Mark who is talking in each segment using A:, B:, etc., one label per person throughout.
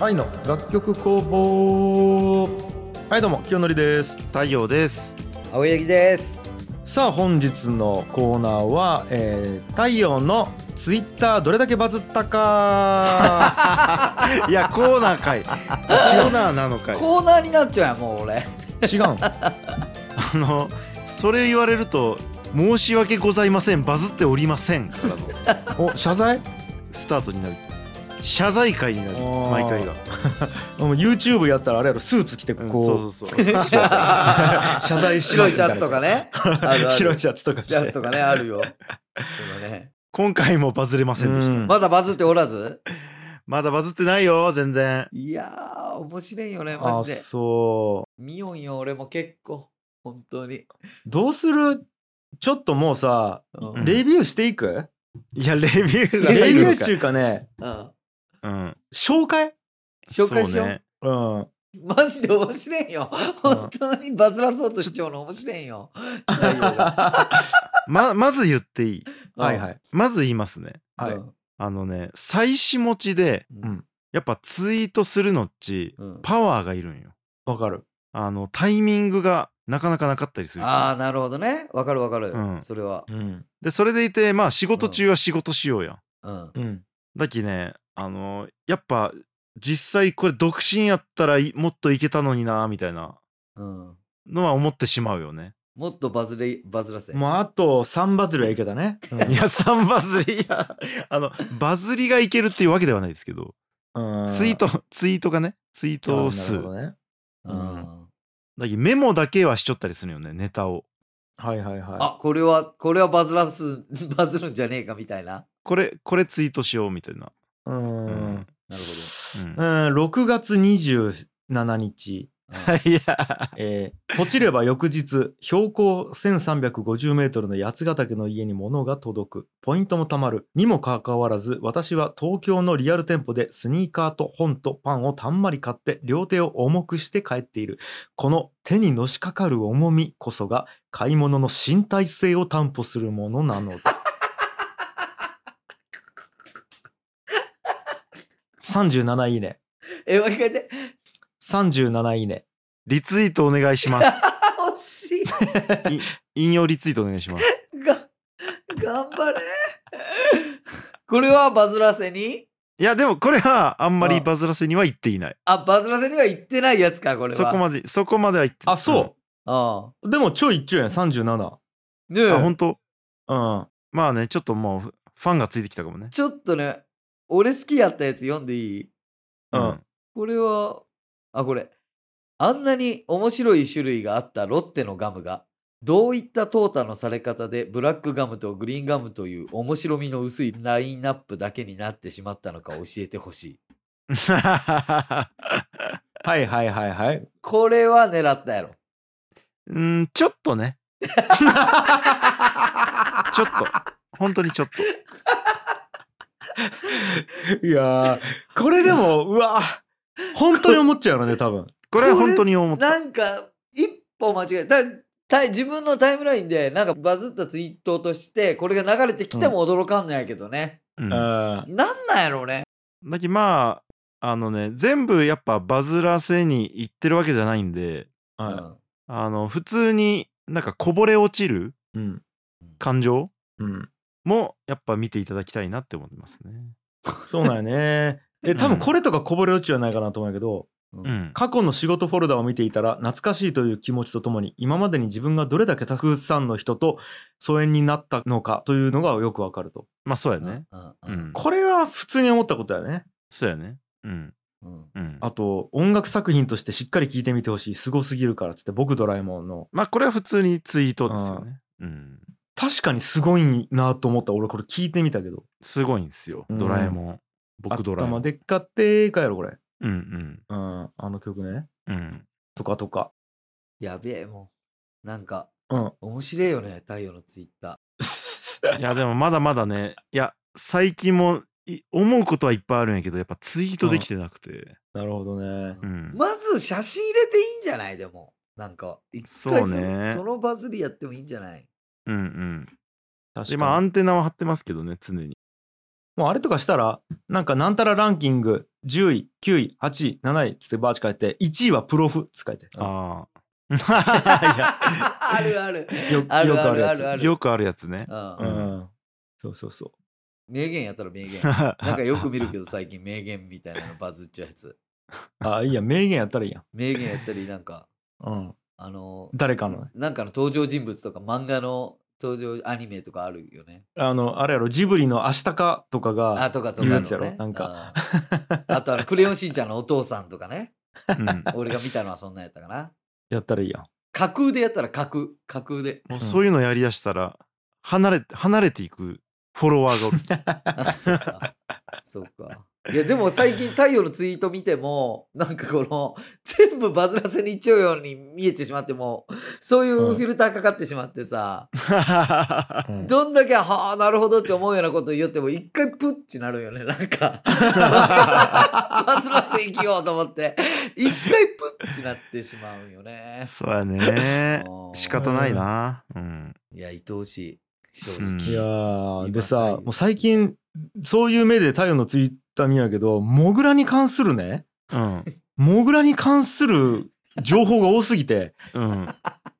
A: 愛の楽曲工房はいどうも清則です
B: 太陽です
C: 青柳です
A: さあ本日のコーナーは、えー、太陽のツイッターどれだけバズったか
B: いやコーナーかいコーナーなのかい
C: コーナーになっちゃうやんもう俺
A: 違うん
B: あのそれ言われると申し訳ございませんバズっておりませんからの
A: お謝罪
B: スタートになる謝罪会になる
A: おー
B: 毎回が
A: お前 YouTube やったらあれやろスーツ着てこ
B: う
A: う,、
B: んそうそうそう
A: 謝罪しま
C: 白
A: すみ
C: いシ
A: たい
C: ャ
A: な
C: ツとかねあるある
A: 白いシャツとか着
C: シャツ
A: て
C: とかねあるよそうだね
B: 今回もバズれませんでし
A: う
B: た
A: ん
C: まだバズっておらず
B: まだバズってないよ全然
C: いやー面白いよねマ
A: あ
C: ジで
A: そう
C: 見よんよ俺も結構本当に、
A: どうするちょっともうさ
C: うん
B: うん
A: レビューしていく、
B: いやレビューがな
A: レ
B: い
A: ビ
B: の
A: ュ
B: か
A: ー中かね
C: うん
B: うん
A: 紹介
C: 紹介しよ
B: そ
C: う
B: ね
A: うん
C: マジで 面白いよ本当にバズらそうとしちゃうの面白いよ内容が
B: ままず言っていい
A: はいはい
B: まず言いますね
A: はい、
C: うん
B: あのね妻子持ちで
C: うん
B: やっぱツイートするのっち
C: うん
B: パワーがいるんよ
A: わかる
B: あのタイミングがなかなかなかったりする
C: ああなるほどねわかるわかる、
B: うん
C: それは
A: うん
B: でそれでいてまあ仕事中は仕事しようやん
C: うん
A: うん
B: だきねあのやっぱ実際これ独身やったらいもっといけたのになみたいな
C: うん
B: のは思ってしまう よね。
C: もっとバズれバズらせ
A: もうあと3バズりはいけた ね、
B: いや3バズりいやあのバズりがいけるっていうわけではないですけど
A: うん
B: ツイートツイートがねツイート数
A: あーなるほどね
C: う
A: うん
C: ん
B: だきメモだけはしちょったりするよねネタを。
A: はいはいはい
C: あこれはこれはバズらす バズるんじゃねえかみたいな
B: これこれツイートしようみたいな。
A: う
B: うんん
C: なる
B: うん
A: うん6月27日
C: ほど、
B: いや
A: えー、ポチれば翌日標高1350メートルの八ヶ岳の家に物が届くポイントもたまるにもかかわらず私は東京のリアル店舗でスニーカーと本とパンをたんまり買って両手を重くして帰っているこの手にのしかかる重みこそが買い物の身体性を担保するものなのだ37いいね
C: えもう一回で
A: 37いいね
B: リツイートお願いします。
C: あ惜しい
B: 引用リツイートお願いします。
C: が頑張れこれはバズらせに
B: いやでもこれはあんまりバズらせには言っていない。
C: あバズらせには行ってないやつかこれは
B: そこまでそこまでは言って
A: あそう、
C: あ
A: でもちょい一丁やん37。
C: あねえ
B: うんあ本当
A: うん。
B: まあねちょっともうフファンがついてきたかもね。
C: ちょっとね俺好きやったやつ読んでいい
A: うん
C: これは、あ、これ。あんなに面白い種類があったロッテのガムが、どういった淘汰のされ方でブラックガムとグリーンガムという面白みの薄いラインナップだけになってしまったのか教えてほしい。
A: はいはいはいはい。
C: これは狙ったやろ。
B: うんちょっとね。 ちょっと本当にちょっと。
A: いやー、これで も、うわ本当に思っちゃうよね、多分。
B: これは本当に思った。
C: なんか、一歩間違えた。た自分のタイムラインで、なんかバズったツイートとして、これが流れてきても驚かんのやけど
B: う
C: ね。
B: ん
A: う。
C: なんなんやろうね。
B: だけどまああのね全部やっぱバズらせに行ってるわけじゃないんで
C: うんん。
B: あの普通になんかこぼれ落ちる
A: うん。
B: 感情
A: うん。
B: もやっぱ見ていただきたいなって思いますね。
A: そうなんよ ね。え、多分これとかこぼれ落ちじゃないかなと思うんやけど、
C: う
B: う。ん、
A: 過去の仕事フォルダを見ていたら懐かしいという気持ちとともに今までに自分がどれだけたくさんの人と疎遠になったのかというのがよくわかると
B: まあそうや
C: うん
B: ね。。
C: うん
B: う。ん、
A: これは普通に思ったことだよね
B: そうやね。うん、
C: うん。
B: うん。
A: あと音楽作品としてしっかり聴いてみてほしいすごすぎるからっつって僕ドラえもんの
B: まあこれは普通にツイートですよね。うん、
A: 確かにすごいなと思った俺これ聞いてみたけど
B: すごいんですよ。
A: うん
B: ドラえもん。僕ドラえも
A: 頭
B: ん。
A: でっかってーかやろこれ
B: うん
A: うんあの曲ね
B: うんうん。
A: とかとか
C: やべえ、もう。なんか、
A: うん
C: 面白いよね、太陽のツイッタ
B: いやでもまだまだね。いや最近もい思うことはいっぱいあるんやけどやっぱツイートできてなくて。
A: なるほどね
B: う
C: ー。
B: ん。
C: まず写真入れていいんじゃないでも。なんか、一回そ
B: そうね
C: そのバズり やってもいいんじゃない
B: うんうん。
A: 確かに
B: 今アンテナは張ってますけどね常に。
A: もうあれとかしたら、なんかなんたらランキング10位、9位、8位、7位つってバーチ書いて、1位はプロフつ書いて。
B: あ あ。
C: あるある。
A: よ
C: ある
A: よくあるや
C: ある
B: いや、よくあるやつね。
C: う
A: うんん。そうそうそう。
C: 名言やったら 名言。
B: な
C: なんかよく見るけど最近名言みたいなのバズっちゃうやつ。
A: あ、いいや、名言やったらいいやん。
C: 名言やったりなんか、
A: うん。
C: あの、
A: 誰かの。
C: なんかの登場人物とか漫画の登場アニメとかあるよね。
A: あの、あれやろ、ジブリの明日かとか
C: あ、
A: が、
C: とかとか、
A: 言
C: ね。
A: うやつやろなんか
C: うん。あとあの、クレヨンしんちゃんのお父さんとかね。
B: うん
C: 俺が見たのはそんなんやったかな。
A: やったらいいやん。
C: 架空でやったら架空。架空で。
B: もうそういうのやりだしたら、離れ、離れていくフォロワーがおる。
C: あそうか。そうか。いや、でも最近太陽のツイート見ても、なんかこの、全部バズらせにいっちゃうように見えてしまってもう、そういうフィルターかかってしまってさ、
A: うん
C: どんだけ、はあ、なるほどって思うようなこと言っても、一回プッチなるよね、なんか。バズらせに生きようと思って、一回プッチなってしまうよね。
B: そうや ね。
C: うん
B: 仕方ないな。うん。
C: いや、愛おしい。正
B: うん
C: 直。
A: いやー
C: 今
A: で
C: 太
A: さ
C: 陽
A: もう最近そういう目で太陽のツイッター見やけどモグラに関するね
B: うん。
A: モグラに関する情報が多すぎ て、
B: うん。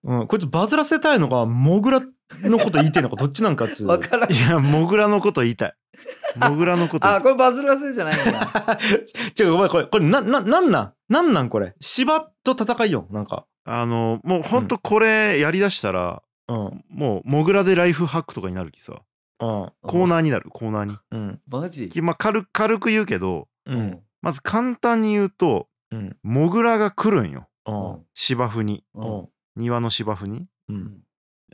A: うん、こいつバズらせたいのかモグラのこと言いてんのかどっちなんかっつう
C: わからん
B: い。や、モグラのこと言いたい。モグラのこと言い
C: あ、これバズらせじゃないん だ。
A: 違うお前これこれなななんなんなんなんこれ芝と戦いよなんか、
B: あの、もうほんとこれやりだしたら、
A: うん
B: もう、モグラでライフハックとかになるきさ。
A: うん
B: コーナーになる、コーナーに。
A: うん
C: マジ
B: まあ、軽く軽く言うけど、
A: うんうん。
B: まず簡単に言うと、
A: うん
B: モグラが来るんよ。
A: う
C: うんん
B: 芝生に。
A: うん
B: 庭の芝生に。
A: うん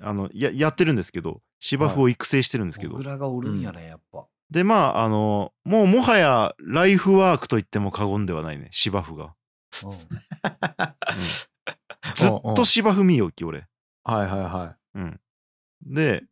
B: あの、や、やってるんですけど、芝生を育成してるんですけど。
C: モグラがおるんやね、やっぱ。
B: で、まあ、あの、もうもはやライフワークと言っても過言ではないね、芝生が。うんずっと芝生見よき、俺。
A: はいはいは
B: うん。で、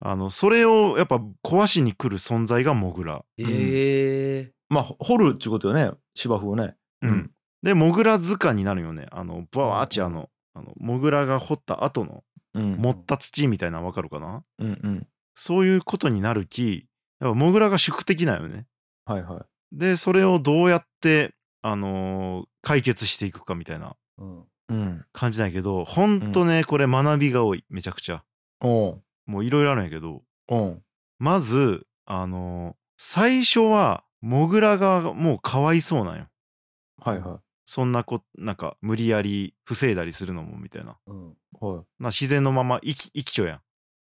B: あの、それをやっぱ壊しに来る存在がモグラ。
C: ええ
A: いまあ掘るっちゅうことよね芝生をねう
B: う。
A: んん
B: で、モグラ図鑑になるよね。あの、バーチあの、あのモグラが掘った後の
A: うん
B: 盛った土みたいなのわかるかな
A: うんうん
B: そういうことになるき、やっぱモグラが宿敵なんよね。
A: はいは
B: で、それをどうやって、あのー解決していくかみたいな
C: うん。
A: いうん
B: 感じなんやけど、ほんとね、これ学びが多い。めちゃくちゃ。
A: おう
B: もういろいろあるんやけど、
A: おう
B: まず、あのー最初は、モグラがもうかわいそうなんよ。
A: はいは
B: そんなこ、なんか、無理やり防いだりするのもみたいな。
C: うん。
A: いはい
B: な自然のまま生き、生きちょやん。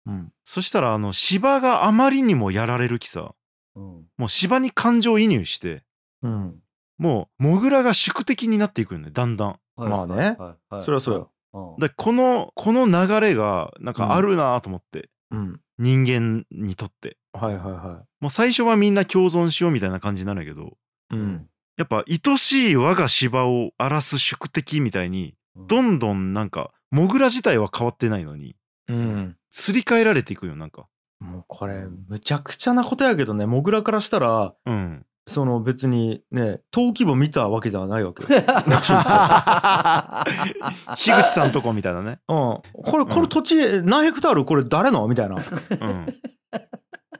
A: うん
B: そしたら、あの、芝があまりにもやられるきさ、
C: うん。
B: もう芝に感情移入して、
A: うん
B: もう、モグラが宿敵になっていくよね、だんだん。
A: まあね
C: はいはい
A: それはそうよ。
C: うん
B: で、この、この流れが、なんかあるなと思って、
A: うん
B: 人間にとって。
A: はいはいは
B: もう最初はみんな共存しようみたいな感じになるんやけど、
A: いうん
B: やっぱ愛しい我が芝を荒らす宿敵みたいにどんどんなんかモグラ自体は変わってないのに
A: うん
B: すり替えられていくよなんか
A: もうこれむちゃくちゃなことやけどねモグラからしたら
B: うん
A: その別にね登記簿見たわけではないわ けよ
B: 樋口さんとこみたいなね、
A: うん、これこれ土地何ヘクタールこれ誰のみたいな
B: う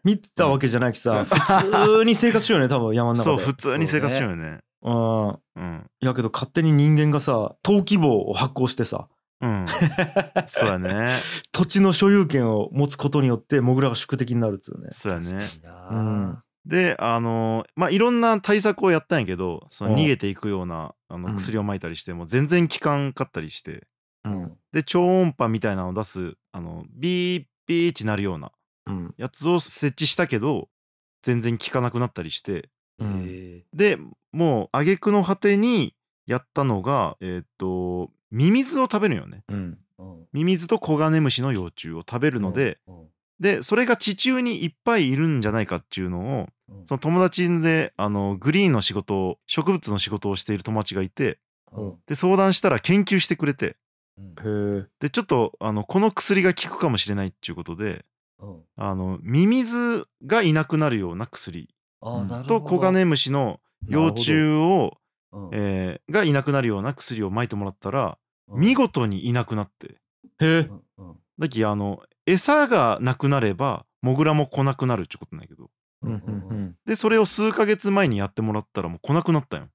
A: 見たわけじゃないき
B: うん
A: さ普通に生活しようね多分山
B: ん、
A: の
B: そ
A: 中
B: う
A: で
B: 普通に生活しようよね
A: うん
B: うん
A: やけど勝手に人間がさ登記簿を発行してさ
B: うんそうやね
A: 土地の所有権を持つことによってモグラが宿敵になるっつうね
B: そうやね
A: うん
B: であのまあいろんな対策をやったんやけどその
A: うん
B: 逃げていくようなあ
A: う
B: の
A: ん
B: 薬をまいたりしても全然効かんかったりして
A: うん
B: で超音波みたいなのを出すあのビービーってなるような
A: うん
B: やつを設置したけど全然効かなくなったりして
A: うん
C: え
B: でもう挙句の果てにやったのがえーっとミミズを食べるよね
A: うん
B: ミミズとコガネムシの幼虫を食べるので、でそれが地中にいっぱいいるんじゃないかっていうのをその友達であのグリーンの仕事を植物の仕事をしている友達がいてで相談したら研究してくれて
A: へえ
B: でちょっとあのこの薬が効くかもしれないっていうことであのミミズがいなくなるような薬とコガネムシの幼虫を、えーがいなくなるような薬をまいてもらったら、見事にいなくなって
A: へえ
B: だきあの餌がなくなればモグラも来なくなるってことなんやけど
A: うんうん
B: でそれを数ヶ月前にやってもらったらもう来なくなったよ。
A: うんな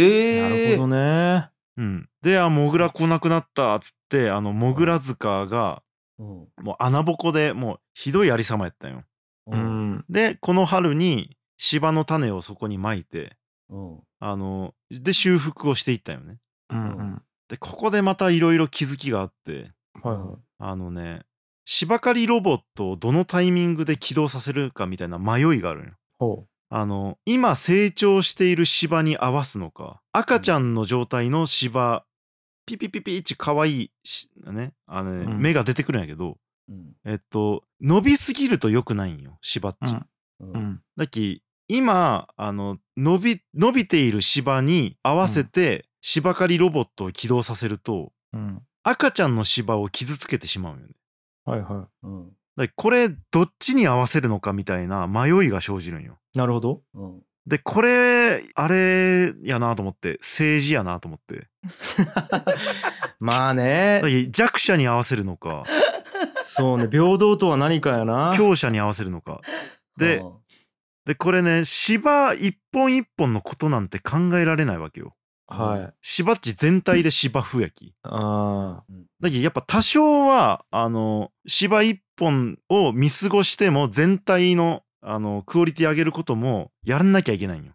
A: る
C: ええ
A: ほどね。
B: うん、で「あモグラ来なくなった」っつってあのモグラ塚が
C: うん
B: もう穴ぼこでもうひどいありさまやったんよ。
A: う。ん。
B: でこの春に芝の種をそこにまいて
C: うん。
B: あので修復をしていったよね。
A: うんうん。
B: でここでまたいろいろ気づきがあって
A: はいはい。
B: あのね芝刈りロボットをどのタイミングで起動させるかみたいな迷いがあるんよ。
A: ほ
B: あの今成長している芝に合わすのか赤ちゃんの状態の芝ピピピピッチ可愛いしねあのね、
A: うん
B: 目が出てくるんやけど
C: うん。
B: えっと伸びすぎると良くないんよ芝っち、
A: うん
C: う
A: う。う。ん。
B: だっき今あの伸び伸びている芝に合わせて芝刈りロボットを起動させると
A: うん。
B: 赤ちゃんの芝を傷つけてしまうよね
A: はいは
C: うん。
B: だっきこれどっちに合わせるのかみたいな迷いが生じるんよ
A: い。なるほど。
C: うん。
B: でこれあれやなと思って政治やなと思って
A: まあね
B: だか。ら弱者に合わせる のか
A: そうね。平等とは何かや な。
B: 強者に合わせるのかで
C: うん、
B: でこれね芝一本一本のことなんて考えられないわけよ
A: はい。
B: 芝っち全体で芝風やき
A: あ
B: だけどやっぱ多少はあの芝一本を見過ごしても全体のあのクオリティ上げることもやらなきゃいけないんよ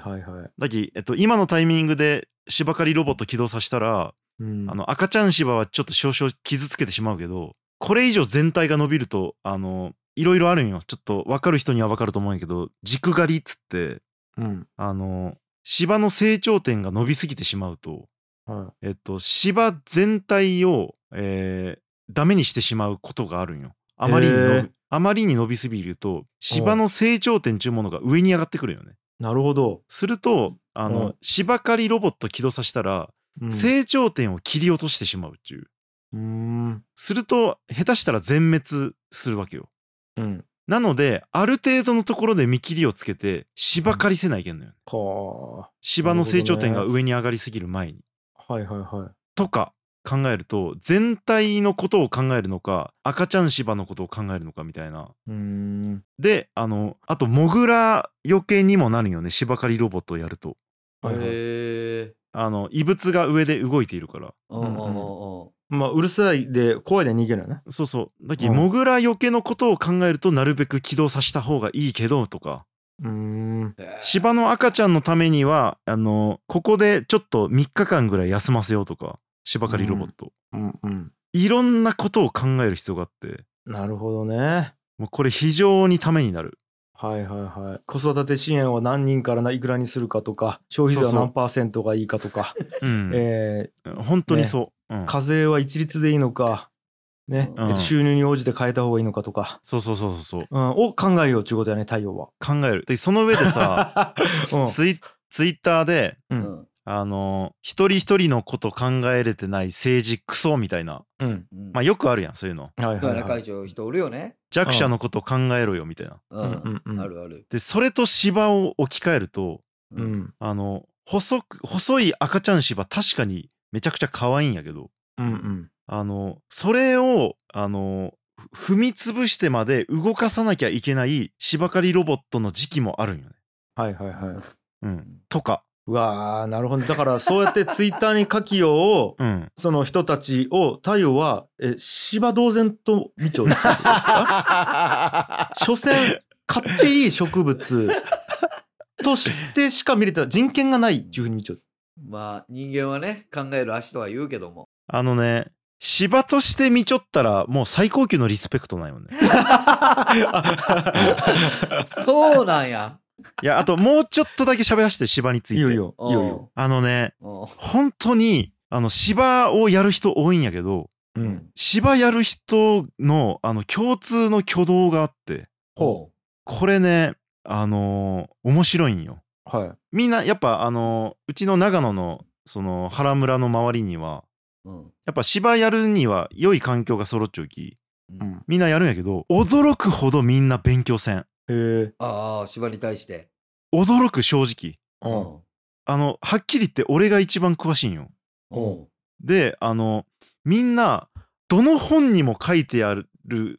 A: あ。はいはい。
B: だけど、えっと、今のタイミングで芝刈りロボット起動させたら
A: うん。
B: あの赤ちゃん芝はちょっと少々傷つけてしまうけどこれ以上全体が伸びるとあのいろいろあるんよちょっと分かる人には分かると思うんやけど軸刈りっつって
A: うん。
B: あの芝の成長点が伸びすぎてしまうと、
A: は
B: えっと、芝全体を、えーダメにしてしまうことがあるんよあまりに
A: へ
B: 伸
A: ー
B: びあまりに伸びすぎると芝の成長点ちゅうものが上に上がってくるよね
A: い。なるほど。
B: するとあ
A: う
B: の
A: ん
B: 芝刈りロボット起動させたら、
A: うん。
B: 成長点を切り落としてしまうっていう
A: うーん。
B: すると下手したら全滅するわけよ
A: うん。
B: なのである程度のところで見切りをつけて芝刈りせないけんのよ、
A: は
B: 芝の成長点
A: な
B: が
A: るほど
B: 上に上がりすぎる前に
A: あ。はいはいはい。
B: とか考えると全体のことを考えるのか赤ちゃん芝のことを考えるのかみたいな
A: うーん。
B: であのあとモグラ余計にもなるよね芝刈りロボットをやると
A: はいはい
C: へえ。
B: あの異物が上で動いているから
C: うんうんうんうん。
A: まあ、うるさいで、怖いで逃げるよね。
B: そうそうだっけ、
A: うん
B: モグラ余計のことを考えるとなるべく起動させた方がいいけどとか
A: うーん。
C: えー
B: 芝の赤ちゃんのためにはあのここでちょっと3日間ぐらい休ませようとか芝刈りロボット、
A: うんうん。
B: いろんなことを考える必要があって
A: なるほどね。
B: もうこれ非常にためになる
A: はいはいはい。子育て支援を何人からいくらにするかとか、消費税
B: そ
A: は
B: うそう
A: 何パーセントがいいかとか、
B: うん、
A: え
B: 本当にそう、うん
A: ー、課税は一律でいいのか、ね、
B: うん
A: 収入に応じて変えた方がいいのかとか、
B: そうそうそうそうそう
A: うん、を考えようっていうことやね、太陽は。
B: 考えるでその上で さ
A: う
B: ツイツイッターで
A: う。
C: うんん
B: あの一人一人のこと考えれてない政治クソみたいな
A: うん。
C: うん。
B: まあよくあるやんそういうの
A: はい
C: 福
A: はい
C: 原
A: はい
C: 会。長人おるよね。
B: 弱者のこと考えろよみたいな
C: う。
A: うんうんんうん
C: あるある。
B: でそれと芝を置き換えると
A: う。ん
B: あの細く細い赤ちゃん芝確かにめちゃくちゃ可愛いんやけど
A: うんうん。
B: あのそれをあのふ踏み潰してまで動かさなきゃいけない芝刈りロボットの時期もあるんよね。
A: はいはいはい。
B: うん、とか、
A: うわー、なるほど。だから、そうやってツイッターに書きようを、
B: うん、
A: その人たちを太陽はえ芝同然と見ちゃう所詮買っていい植物としてしか見れたら人権がないっていうふうに見ちゃう。
C: まあ人間はね考える足とは言うけども。
B: あのね芝として見ちょったらもう最高級のリスペクトなんよね。
C: そうなんや。
B: いやあともうちょっとだけ喋らせて芝につい
A: い
B: て。
A: いよいいよ いいよいいよ。
B: あのね
C: うん。
B: 本当にあの芝をやる人多いんやけど
A: うん。
B: 芝やる人のあの共通の挙動があって
A: ほ
B: これねあのー面白いんよ
A: う。はい。
B: みんなやっぱあのーうちの長野のその原村の周りには
C: う。うん。
B: やっぱ芝やるには良い環境が揃っちゃうき
A: うん、
B: みんなやるんやけど驚くほどみんな勉強せん
A: へえ。
C: ああ、芝に対して。
B: 驚く正直
A: う。
C: うん
B: あのはっきり言って俺が一番詳しいんよ
C: うん。
B: であのみんなどの本にも書いてある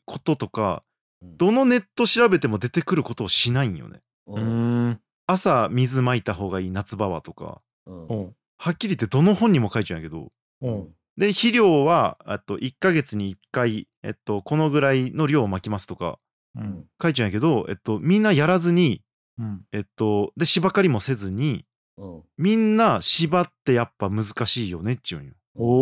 B: こととか
C: うん
B: どのネット調べても出てくることをしないんよね
A: う。
C: うん
A: うん。
B: 朝水まいた方がいい夏場はとか
C: うん
A: うん。
B: はっきり言ってどの本にも書いちゃうんやけど
A: うん。
B: で肥料はあと1ヶ月に1回、えっと、このぐらいの量をまきますとか
A: うん。
B: 書いちゃうんやけど、えっと、みんなやらずに、
A: うん。
B: えっと、で芝刈りもせずに
C: うん
B: みんな芝ってやっぱ難しいよねっちゅうんよ。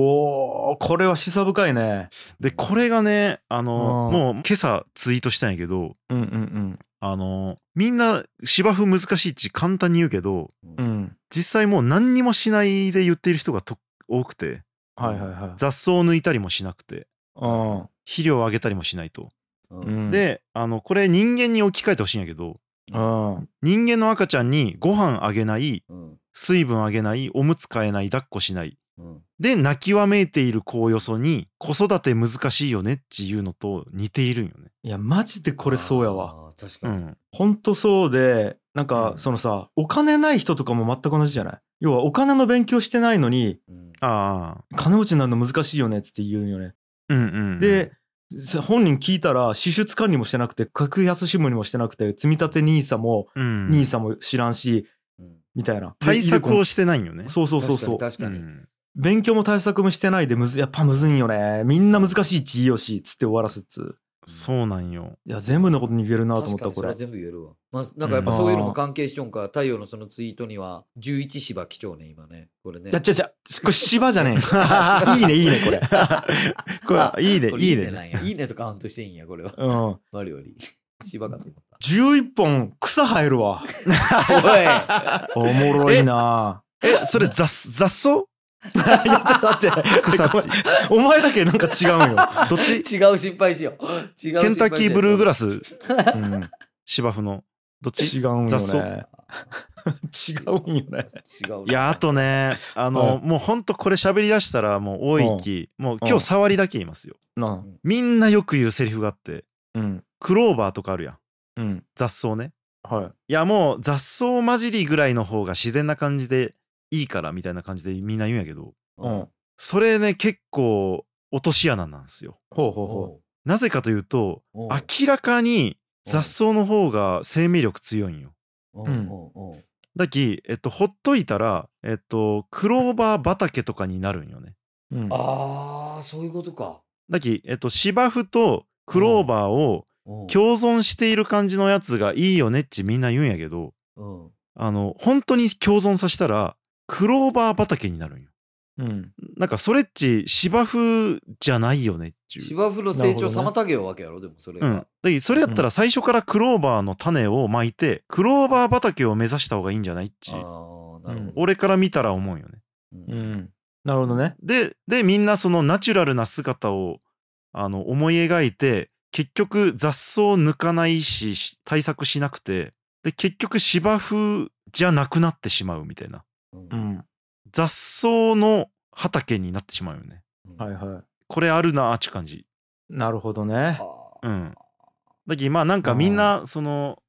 A: おお、これは示唆深いね。
B: でこれがねあの
A: あー
B: もう今朝ツイートしたんやけど
A: うんうん
B: あのみんな芝生難しいっち簡単に言うけど
A: うん。うん。
B: 実際もう何にもしないで言っている人がと多くて
A: はいはいはい。
B: 雑草を抜いたりもしなくて
A: うん
B: 肥料をあげたりもしないと。
C: う
A: うんん。、
B: であのこれ人間に置き換えてほしいんやけど
A: うん。
B: 人間の赤ちゃんにご飯あげない
C: うん
B: 水分あげないおむつ替えない抱っこしない
C: うん
B: で泣きわめいている子をよそに子育て難しいよねっていうのと似ているんよね。
A: いや、マジでこれそうやわ。
C: あー確
B: う
C: かに
B: ん、
A: ほんとそうで、なんか
C: うん
A: そのさ、お金ない人とかも全く同じじゃない要はお金の勉強してないのに、
C: うん
B: ああ
A: 金持ちになるの難しいよねっつって言うんよね。
B: うんうんうん
A: で、さ本人聞いたら支出管理もしてなくて格安支部にもしてなくて積み立て NISA も
B: うん
A: NISA も知らんし
C: うん
A: みたいな
B: 対策を
A: し
B: してないんよね。
A: そうそうそうそう
C: 確かに確かに
B: ん
A: 勉強も対策もしてないでむずやっぱむずいんよねみんな難しいちいよしつって終わらすっつ
B: そうなんよ。
A: いや全部のことに言えるなと思っ
C: 確か
A: た
C: に
A: こ
C: そ
A: れ
C: れは全部言えるわ。まあ、なんかやっぱそういうのも関係しとんか、太陽のそのツイートには、11芝貴重ね、今ね。これね。
A: じゃちゃちゃこれ芝じゃね
C: あ
A: え いいねいいねこれ
B: これいいね
C: これ
B: いい
C: な
B: ね。
C: んやいいねとカウントしていいんや、これは。
A: うん
C: 我 々。芝かと思った。
A: 11本草生えるわ
C: お
A: おもろいな
B: えそれ雑雑草
A: いやちょっと待って
B: 草 っ
A: ごめ
B: ち
A: んお前だけなんか違うよ、
B: どっち
C: い違う心配しよう。違う
B: ケンタッキーブルーグラ
C: ス。
B: ス
A: うん
B: 芝生のどっち
A: 違うんよ
B: 雑 草
A: ね。違うんよね。
C: 違う。
B: いやあとねあの、
A: う
B: もうほんとこれ喋りだしたらもう多いき、もう今日触りだけ言いますよ。
A: な
B: みんなよく言うセリフがあって
A: あ。うん。
B: クローバーとかあるやん
A: うん。
B: 雑草ね。
A: はい
B: やもう雑草混じりぐらいの方が自然な感じでいいからみたいな感じでみんな言うんやけど
A: い。うん。ほう
B: それね結構落とし穴なんですよ。
A: ほう
C: お
A: ほ
C: う
B: なぜかというと
C: おう
B: 明らかに雑草の方が生命力強いんよ。
C: おう
A: うん
C: おうおう
B: だき、えっと、ほっといたら、えっと、クローバー畑とかになるんよね。
A: う。うん。
C: ああ、そういうことか。
B: だき、えっと、芝生とクローバーを
C: 今
B: 共存している感じのやつがいいよねっちみんな言うんやけど
C: うん。
B: あの本当に共存させたらクローバー畑になるんよ。
A: うん。
B: なんかそれっち芝生じゃないよねっちゅう。
C: 芝生の成長
A: なるほ
C: 妨げようわけやろ、でもそれ
B: う
C: が。
B: ん、だけどそれやったら最初からクローバーの種をまいてクローバー畑を目指した方がいいんじゃないっち
C: ああ、なるほど。
B: 俺から見たら思うよね。
A: う
C: うん
A: ん。なるほどね。
B: ででみんなそのナチュラルな姿をあの思い描いて結局雑草を抜かないしし対策しなくてで結局芝生じゃなくなってしまうみたいな
C: うん
A: うん。
B: 雑草の畑になってしまうよね。
A: はいは
B: これあるなあっちゅう感じ。
A: い。なるほどね。
C: あ
B: うん、だけどまあなんかみんなその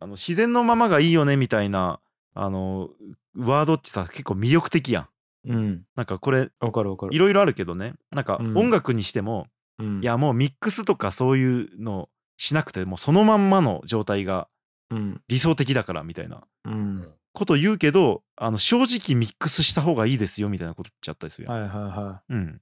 B: あの自然のままがいいよねみたいなあのワードってさ結構魅力的やん。
A: うん。
B: なんかこれ
A: わかるわかる。
B: いろいろあるけどねなんか
A: うん
B: 音楽にしても、
A: うん
B: い、やもうミックスとかそういうのしなくてもうそのまんまの状態が
A: うん。
B: 理想的だからみたいな
A: うん。
B: こと言うけどあの正直ミックスした方がいいですよみたいなこと言っちゃったりするやん。
A: はいはいは
B: うん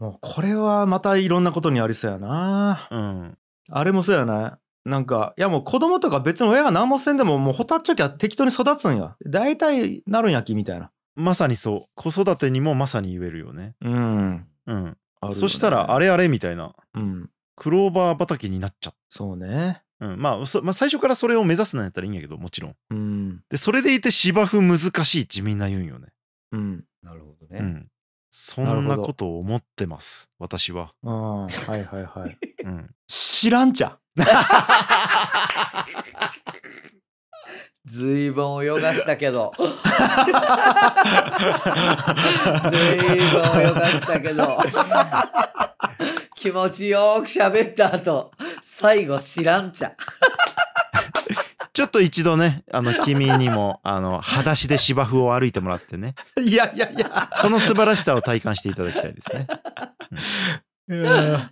A: い。もうこれはまたいろんなことにありそうやな。
B: うん、
A: あれもそうやな。なんか、いやもう子供とか別に親が何もせんでももうほたっちょきゃ適当に育つんや。大体なるんやきみたいな。
B: まさにそう子育てにもまさに言えるよね。
A: うん。
B: うん、そしたらあ
A: れ。
B: れあれみたいな
A: うん。
B: クローバー畑になっちゃっ
A: そうね。
B: た、うんまあそまあ最初からそれを目指すなんやったらいいんやけどもちろん
A: うん。
B: でそれでいて芝生難しいってみんな言うんよね、
A: うん。
C: なるほど
B: う
C: ね。
B: ん、そ
A: なる
B: ん
A: ほ
B: な
A: ど
B: ことを思ってます私は、
A: ああ、はいはいはい。
B: うん、
A: 知らんちゃ。
C: ずいぶん泳がしたけど。ずいぶん泳がしたけど。気持ちよく喋った後、最後知らんちゃ。
B: ちょっと一度ねあの君にも あの裸足で芝生を歩いてもらってね
A: いやいやい や。
B: その素晴らしさを体感していただきたいですね
A: いや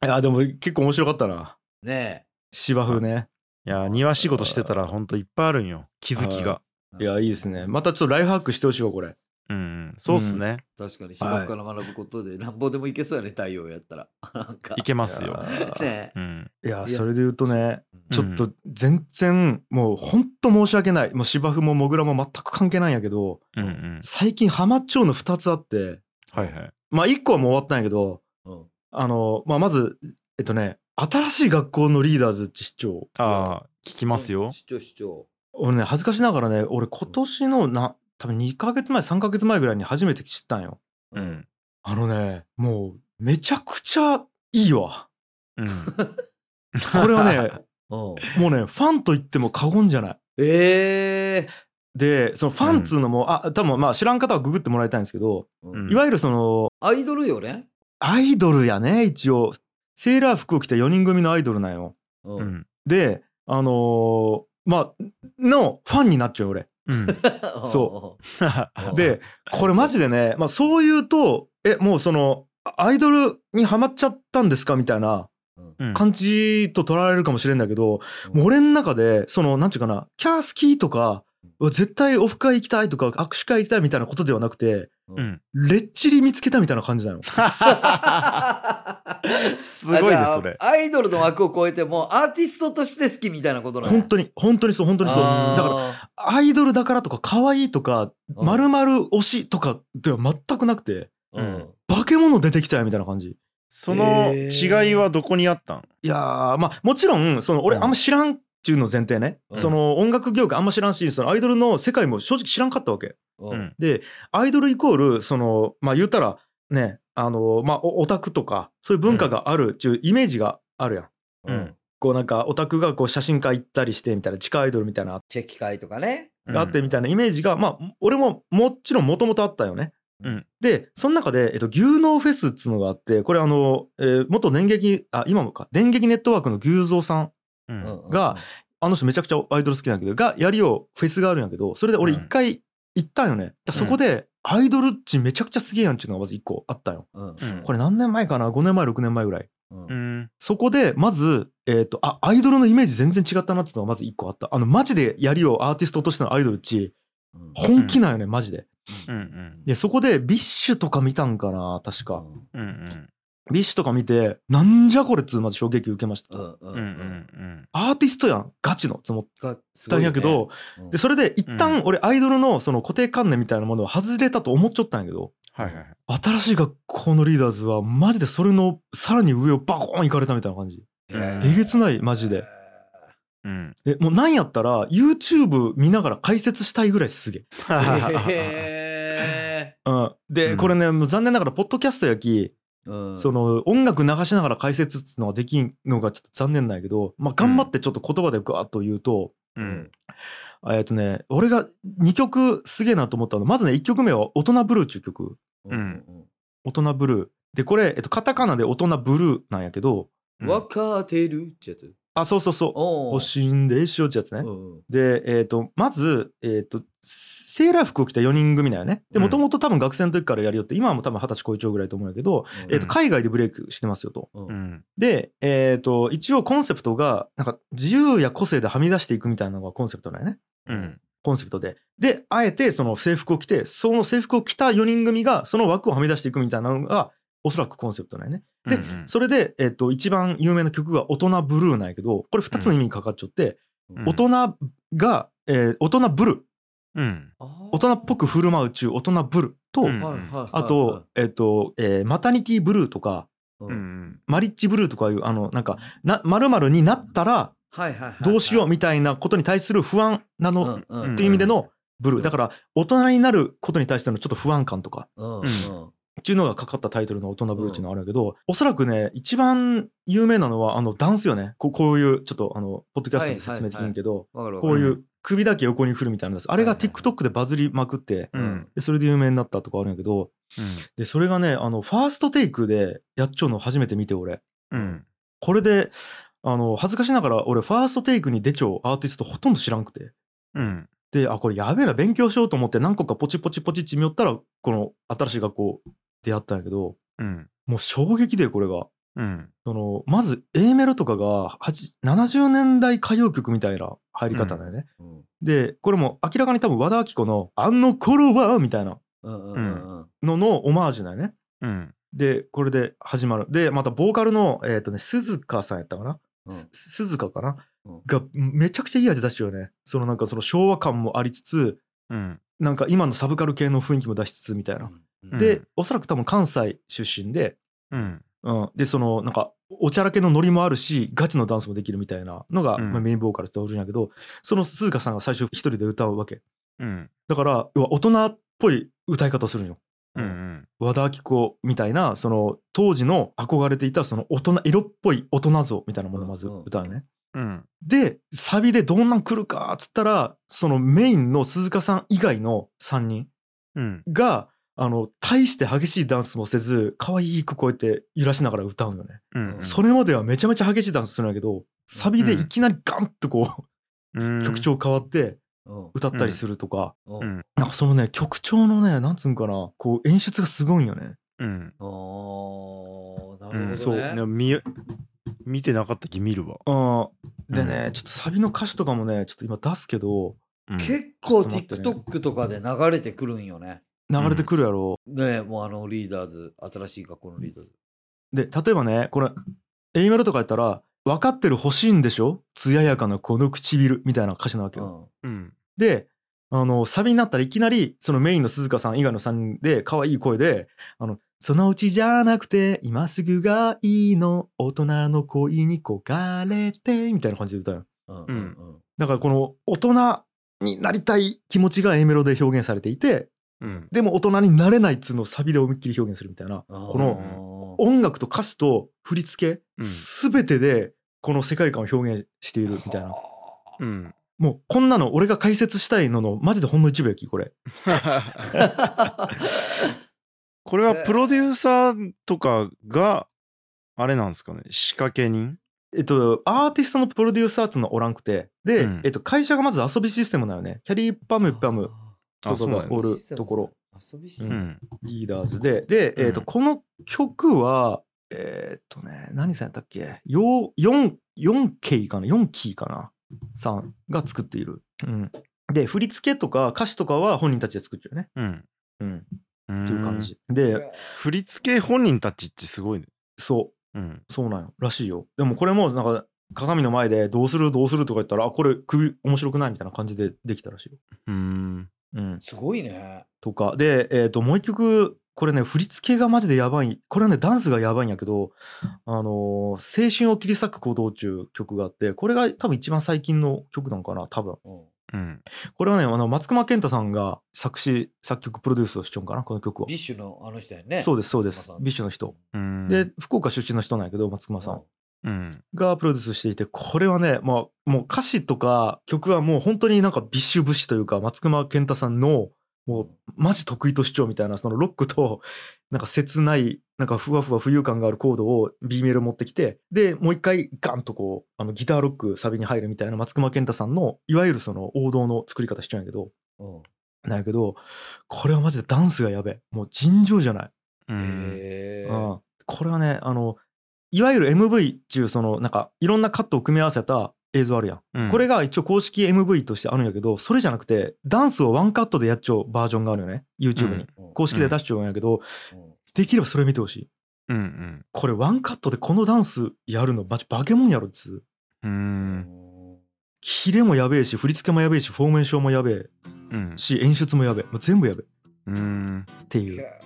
C: あー
A: でも結構面白かったな。
C: ね
A: 芝生ね。
B: いやー庭仕事してたらほんといっぱいあるんよ気づきが
A: いや、いいですね。またちょっとライフハックしてほしいわ、これ。
B: うんうんそうっすね、
C: え確かに芝生から学ぶことでなんぼでもいけそうやね太陽やったらなんか
B: いけます
A: い
B: よ
A: やー
C: ね
B: うん
A: いや、
C: いや
A: それで言うとね、
C: え
A: ちょっと全然、もう本当申し訳ない。もう芝生もモグラも全く関係ないんやけど、
B: うんうん
A: 最近ハマっちゃうの2つあって、
B: はいはい
A: まあ1個はもう終わったんやけど、
C: うん
A: あの、まあまず、えっとね、新しい学校のリーダーズって市長。
B: ああ聞きますよ
C: 主張主張
A: 俺ね、恥ずかしながらね、俺今年のな、多分2ヶ月前、3ヶ月前ぐらいに初めて知ったんよ。
B: うん
A: あのね、もうめちゃくちゃいいわ。
B: うん
A: これはね、
C: うん
A: もうね、ファンと言っても過言じゃない。
C: ええ
A: で、そのファンっつうのも、あ、多分まあ知らん方はググってもらいたいんですけど、
C: うん
B: ん
A: いわゆるその、
C: アイドルよね
A: アイドルやね、一応。セーラー服を着た4人組のアイドルなんよ。
C: う
B: うんん
A: で、あのーまあ、のファンになっちゃうよ俺。
B: うん
A: そ
C: うん
A: で、これマジでね、まあそう言うと、え、もうその、あアイドルにハマっちゃったんですかみたいな
B: うん
A: 感じと捉えられるかもしれんだけど、もう俺の中で、その、なんていうかな、キャー好きとか、うわ絶対オフ会行きたいとか、握手会行きたいみたいなことではなくて、
C: う
B: うん
A: レッチリ見つけたみたいな感じなの。
B: すごい
C: あじ
B: ね
C: ゃあ
B: それ
C: アイドルの枠を超えてもうアーティストとして好きみたいなことな
A: 本当に、本当にそう、本当にそう。だ
B: あー
A: から、アイドルだからとか、可愛いとか、
C: うん
A: まるまる推しとかでは全くなくて、
C: ら
B: うん
A: 化け物出てきたよみたいな感じ。
B: その違いはどこにあったん
A: いやー、まあ、もちろん、その、俺
B: うん
A: あんま知らんっていうの前提ね。
C: うん
A: その、音楽業界あんま知らんし、そのアイドルの世界も正直知らんかったわけ。
C: う
B: うん
A: で、アイドルイコール、その、まあ、言うたら、ね、あの、まあ、おオタクとか、そういう文化があるっていうイメージがあるやん。
C: うん
A: こうなんかオタクがこう写真家行ったりしてみたいな地下アイドルみたいな
C: チェキ会とかね
A: があってみたいなイメージが、まあ俺ももちろんもともとあったよね。
B: うん
A: でその中で、えっと、牛能フェスっつうのがあってこれあの、えー元電撃あ今もか電撃ネットワークの牛蔵さん
B: う
C: うんん
A: があの人めちゃくちゃアイドル好きなんだけどがやりようフェスがあるんやけどそれで俺
B: うん
A: 一回行ったんよね。だからそこでアイドルっちめちゃくちゃすげえやんっちゅうのがまず一個あったんよ。
C: うん
B: うん
A: これ何年前かな5年前6年前ぐらい。
C: うん
B: うん
A: そこでまず、えー、とあアイドルのイメージ全然違ったなっていうのがまず1個あったあのマジでやりをアーティストとしてのアイドルっち
C: うん
A: 本気なんよね、マジで
B: うんうん
A: でそこでビッシュとか見たんかな確か、
B: うんうん
A: ビッシュとか見てなんじゃこれっつうまず衝撃受けました、
C: うんうんうん
B: う
C: うん
B: うんん
A: アーティストやんガチのつもっ
C: がす
A: た
C: ご
A: ん
C: いね
A: やけど、
C: うん
A: でそれで一
B: う
A: 旦俺アイドルのその固定観念みたいなものを外れたと思っちゃったんやけど
B: はいはいはい
A: 新しい学校のリーダーズはマジでそれのさらに上をバコーン行かれたみたいな感じ
B: うん
A: えげつないマジで
B: うん
A: えもうなんやったら YouTube 見ながら解説したいぐらいすげえ。
C: へ
A: うん、で、
B: うん
A: これねもう残念ながらポッドキャストやき、
C: ーうん
A: その音楽流しながら解説っつうのができんのがちょっと残念なんやけど、まあ、頑張ってちょっと言葉でガーッと言うと、
B: うん
A: えっとね俺が2曲すげえなと思ったのまずね1曲目は「大人ブルー」っていう曲
C: うん
A: 「大人ブルー」でこれ、えっと、カタカナで「大人ブルー」なんやけど
C: うんわかってるってやつ
A: あそうそうそう「
C: お
A: 欲しいんでしょ」ってやつね。
C: うん
A: で、えー、とまず、えー、とセーラー服を着た4人組だよねで
B: うん
A: もともと多分学生の時からやりよって今はもう多分二十歳超えちゃうぐらいと思うんやけど、えー、と
B: うん
A: 海外でブレイクしてますよと。
C: うん
B: うん
A: で、えー、と一応コンセプトがなんか自由や個性ではみ出していくみたいなのがコンセプトだよね
B: うん
A: コンセプトで。であえてその制服を着てその制服を着た4人組がその枠をはみ出していくみたいなのがおそらくコンセプトだよね。で
B: うんうん
A: それで、えー、と一番有名な曲が「大人ブルー」なんやけどこれ2つの意味にかかっちゃって、
B: うん
A: 大人が、えー大人ぶる
B: うん
A: 大人っぽく振る舞う中大人ぶると、
B: うん
C: はいはいはいはい
A: あと,、えっとえーマタニティブルーとか
B: うんうん
A: マリッジブルーとかいうあのなんかな〇〇になったら
C: はいはいはい
A: どうしようみたいなことに対する不安なの、
C: うんうん
A: っていう意味でのブルーだから大人になることに対してのちょっと不安感とか
C: うんうん
A: っていうのがかかったタイトルの「大人ブルー」っていうのがあるんやけど、おそらくね一番有名なのはあのダンスよねこうこういうちょっとあのポッドキャストで説明できんけど、
C: わかるわか
A: こう
C: る
A: いう首だけ横に振るみたいなやつあれが TikTok でバズりまくって
B: うんうん
A: でそれで有名になったとかあるんやけどでそれがねあのファーストテイクでやっちゃうの初めて見て俺
B: うん
A: これであの恥ずかしながら俺ファーストテイクに出ちゃうアーティストほとんど知らんくて
B: うん
A: であこれやべえな勉強しようと思って何個かポチポチポチって見よったらこの新しい学校出会ったんやけど
B: うん
A: もう衝撃でこれが
B: うん。
A: そのまず A メロとかが8 70年代歌謡曲みたいな入り方だよね、
C: うん
A: でこれも明らかに多分和田アキ子の「あの頃は」みたいな
C: うんうんうん
A: ののオマージュだよね
B: うん。
A: でこれで始まるでまたボーカルのえっ、とね鈴鹿さんやったかな、
C: うん
A: す鈴鹿かな、
C: うん
A: がめちゃくちゃいい味出してるよねそのなんかその昭和感もありつつ
B: うん。
A: なんか今のサブカル系の雰囲気も出しつつみたいな、
C: うん
A: で、
B: うん
A: おそらく多分関西出身で、
B: うん。
A: うん、でそのなんかおちゃらけのノリもあるしガチのダンスもできるみたいなのが、
B: うん
A: まあ、メインボーカルっておるんやけどその鈴鹿さんが最初一人で歌うわけ
B: うん。
A: だから要は大人っぽい歌い方するんよ
B: うん。うん。
A: 和田アキ子みたいなその当時の憧れていたその大人色っぽい大人像みたいなものをまず
C: うんうん
A: 歌うね。
B: うん。
A: でサビでどんなん来るかっつったらそのメインの鈴鹿さん以外の3人
B: うん。
A: があの大して激しいダンスもせず可愛くこうやって揺らしながら歌うんよね。
B: うん。
A: それまではめちゃめちゃ激しいダンスするんやけどサビでいきなりガンってこ
B: うん
A: う曲。調変わって
C: うん
A: 歌ったりするとか
C: う
B: うんん
A: なんかそのね曲調のねなんつうんかなこう演出がすごいんよね。
B: うん。
C: あーな
B: う
C: る
B: ん。
C: ほ
B: そう。
C: どね
B: いや見え見てなかったき見るわ。
A: あーでね、ちょっとサビの歌詞とかもねちょっと今出すけど
B: うん
C: 結構
A: ちょっと待ってね
C: TikTok とかで流れてくるんよね。
A: 流れてくるやろ、
C: ねえもうあのリーダーズ、新しい学校のリーダーズ。
A: で例えばねこれ A メロとかやったら「分かってる欲しいんでしょ艶やかなこの唇」みたいな歌詞なわけ
C: う
A: よ。
C: ん
B: うん。
A: であのサビになったらいきなりそのメインの鈴鹿さん以外の3人で可愛い声で「あのそのうちじゃなくて今すぐがいいの大人の恋に焦がれて」みたいな感じで歌うの
C: うん
B: うん
A: だからこの大人になりたい気持ちが A メロで表現されていて
B: うん。
A: でも大人になれないっつうのをサビで思いっきり表現するみたいな
C: うん
A: この 音楽と歌詞と振り付け、
B: うん
A: すべてでこの世界観を表現しているみたいな
B: うん。
A: もうこんなの俺が解説したいののマジでほんの一部やきこれ
B: これはプロデューサーとかがあれなんですかね仕掛け人
A: えっとアーティストのプロデューサーっつうのはおらんくてで、
B: うん
A: えっと、会社がまず遊びシステムなよねキャリーパムパム
B: あそうな
A: と
B: ん
A: かが
B: だ
A: おるところ。
C: 遊びシス
B: う
C: テム
B: ん
A: リーダーズでで、えっと
B: うん
A: この曲はえっとね何さんやったっけ 4K かな 4K かなさんが作っている、うん、で振り付けとか歌詞とかは本人たちで作ってるよね、
B: うん
A: うん、
B: っ
A: っていう感じ、で
B: 振り付け本人たちってすごいね
A: そ
B: うん
A: うそうなんよらしいよでもこれもなんか鏡の前でどうするどうするとか言ったらあこれ首面白くないみたいな感じでできたらしいよ、
B: うーん
A: うん、
C: すごいね。
A: とかで、えー、ともう一曲これね振り付けがマジでやばいこれはねダンスがやばいんやけど「あのー青春を切り裂く行動中」曲があってこれが多分一番最近の曲なんかな多分
C: うん
B: うん
A: これはねあの松隈健太さんが作詞作曲プロデュースをしちょんかなこの曲は
C: ビッシュのあの人やね。
A: そうですそうです
C: 松本さん
A: ビッシュの人。
B: うん
A: で福岡出身の人なんやけど松隈さん
B: うん
A: がプロデュースしていてこれはね、まあ、もう歌詞とか曲はもう本当になんかビッシュブッシュというか松隈健太さんのもうマジ得意と主張みたいなそのロックと なんか切ないなんかふわふわ浮遊感があるコードを B メロ持ってきてでもう一回ガンとこうあのギターロックサビに入るみたいな松隈健太さんのいわゆるその王道の作り方しちゃうんやけど
C: うん。うん
A: なんやけどこれはマジでダンスがやべえもう尋常じゃない。
B: うん
C: へえ。
A: うん、これはねあのいわゆる MV 中そのなんかいろんなカットを組み合わせた映像あるやん、
B: うん
A: これが一応公式 MV としてあるんやけどそれじゃなくてダンスをワンカットでやっちゃうバージョンがあるよね YouTube に、
C: うん
A: 公式で出しちゃうんやけど、
C: うん
A: できればそれ見てほしい
B: うん
A: これワンカットでこのダンスやるのマジバケモンやろっつう
B: うんうん
A: キレもやべえし振り付けもやべえしフォーメーションもやべえ
B: うん
A: し演出もやべえもう全部やべえ
B: うん
A: って
C: へ
A: いう
C: え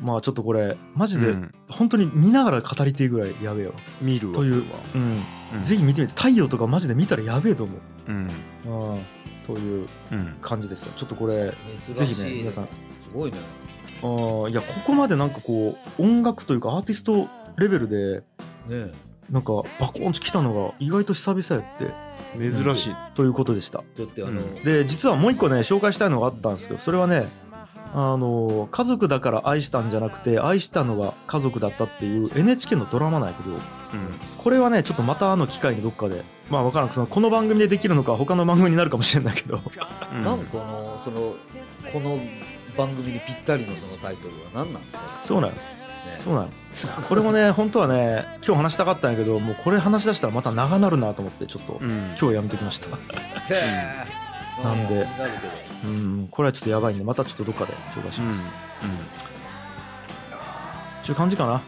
A: まあちょっとこれマジ
B: う
A: で
B: ん
A: 本当に見ながら語りていいぐらいやべえよ
B: 見るわ
A: という
B: こ
A: うん
B: れはうん
A: ぜひ見てみて太陽とかマジで見たらやべえと思う
B: うん
A: うんという
B: うん
A: 感じですよちょっとこれぜ
C: 珍
A: ひ
C: し
A: ね
C: い。
A: 皆さんあ
C: すごいね。
A: ーいやここまでなんかこう音楽というかアーティストレベルで
C: ね
A: なんかバコンチ来たのが意外と久々やって
B: 珍しい
A: ということでした
C: ちょっとあの、
B: うん
A: で実はもう一個ね紹介したいのがあったんですけどそれはねあの家族だから愛したんじゃなくて愛したのが家族だったっていう NHK のドラマなんやけど
B: うん
A: これはねちょっとまたあの機会にどっかでまあ分からんそのこの番組でできるのか他の番組になるかもしれないけど
B: うん
C: なんかあのそのこの番組にぴったりのそのタイトルは何なんですかね
A: そうなの
C: ね
A: そうなのこれもね本当はね今日話したかったんやけどもうこれ話し出したらまた長なるなと思ってちょっと
B: うん
A: 今日やめてきました、
C: へえ
A: なんで
C: 気になるけど
A: うん、これはちょっとやばいんでまたちょっとどっかで紹介します、っていう感じかな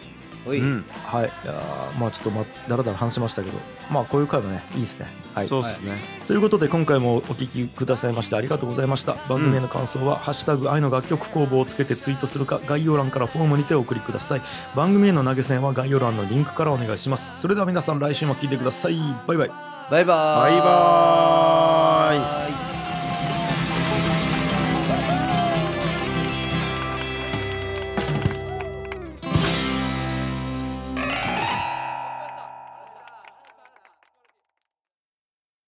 C: お
B: う
C: い、
B: んうん
A: はいいやーまあちょっとまだらだら話しましたけどまあこういう回もねいいですねはい
B: そうですね
A: ということで今回もお聞きくださいましてありがとうございました番組への感想は「ハッシュタグ愛の楽曲工房」をつけてツイートするか概要欄からフォームにてお送りください番組への投げ銭は概要欄のリンクからお願いしますそれでは皆さん来週も聞いてくださいバイバイ
C: バイバー
B: バ
C: イ
B: イバーイ
C: バイ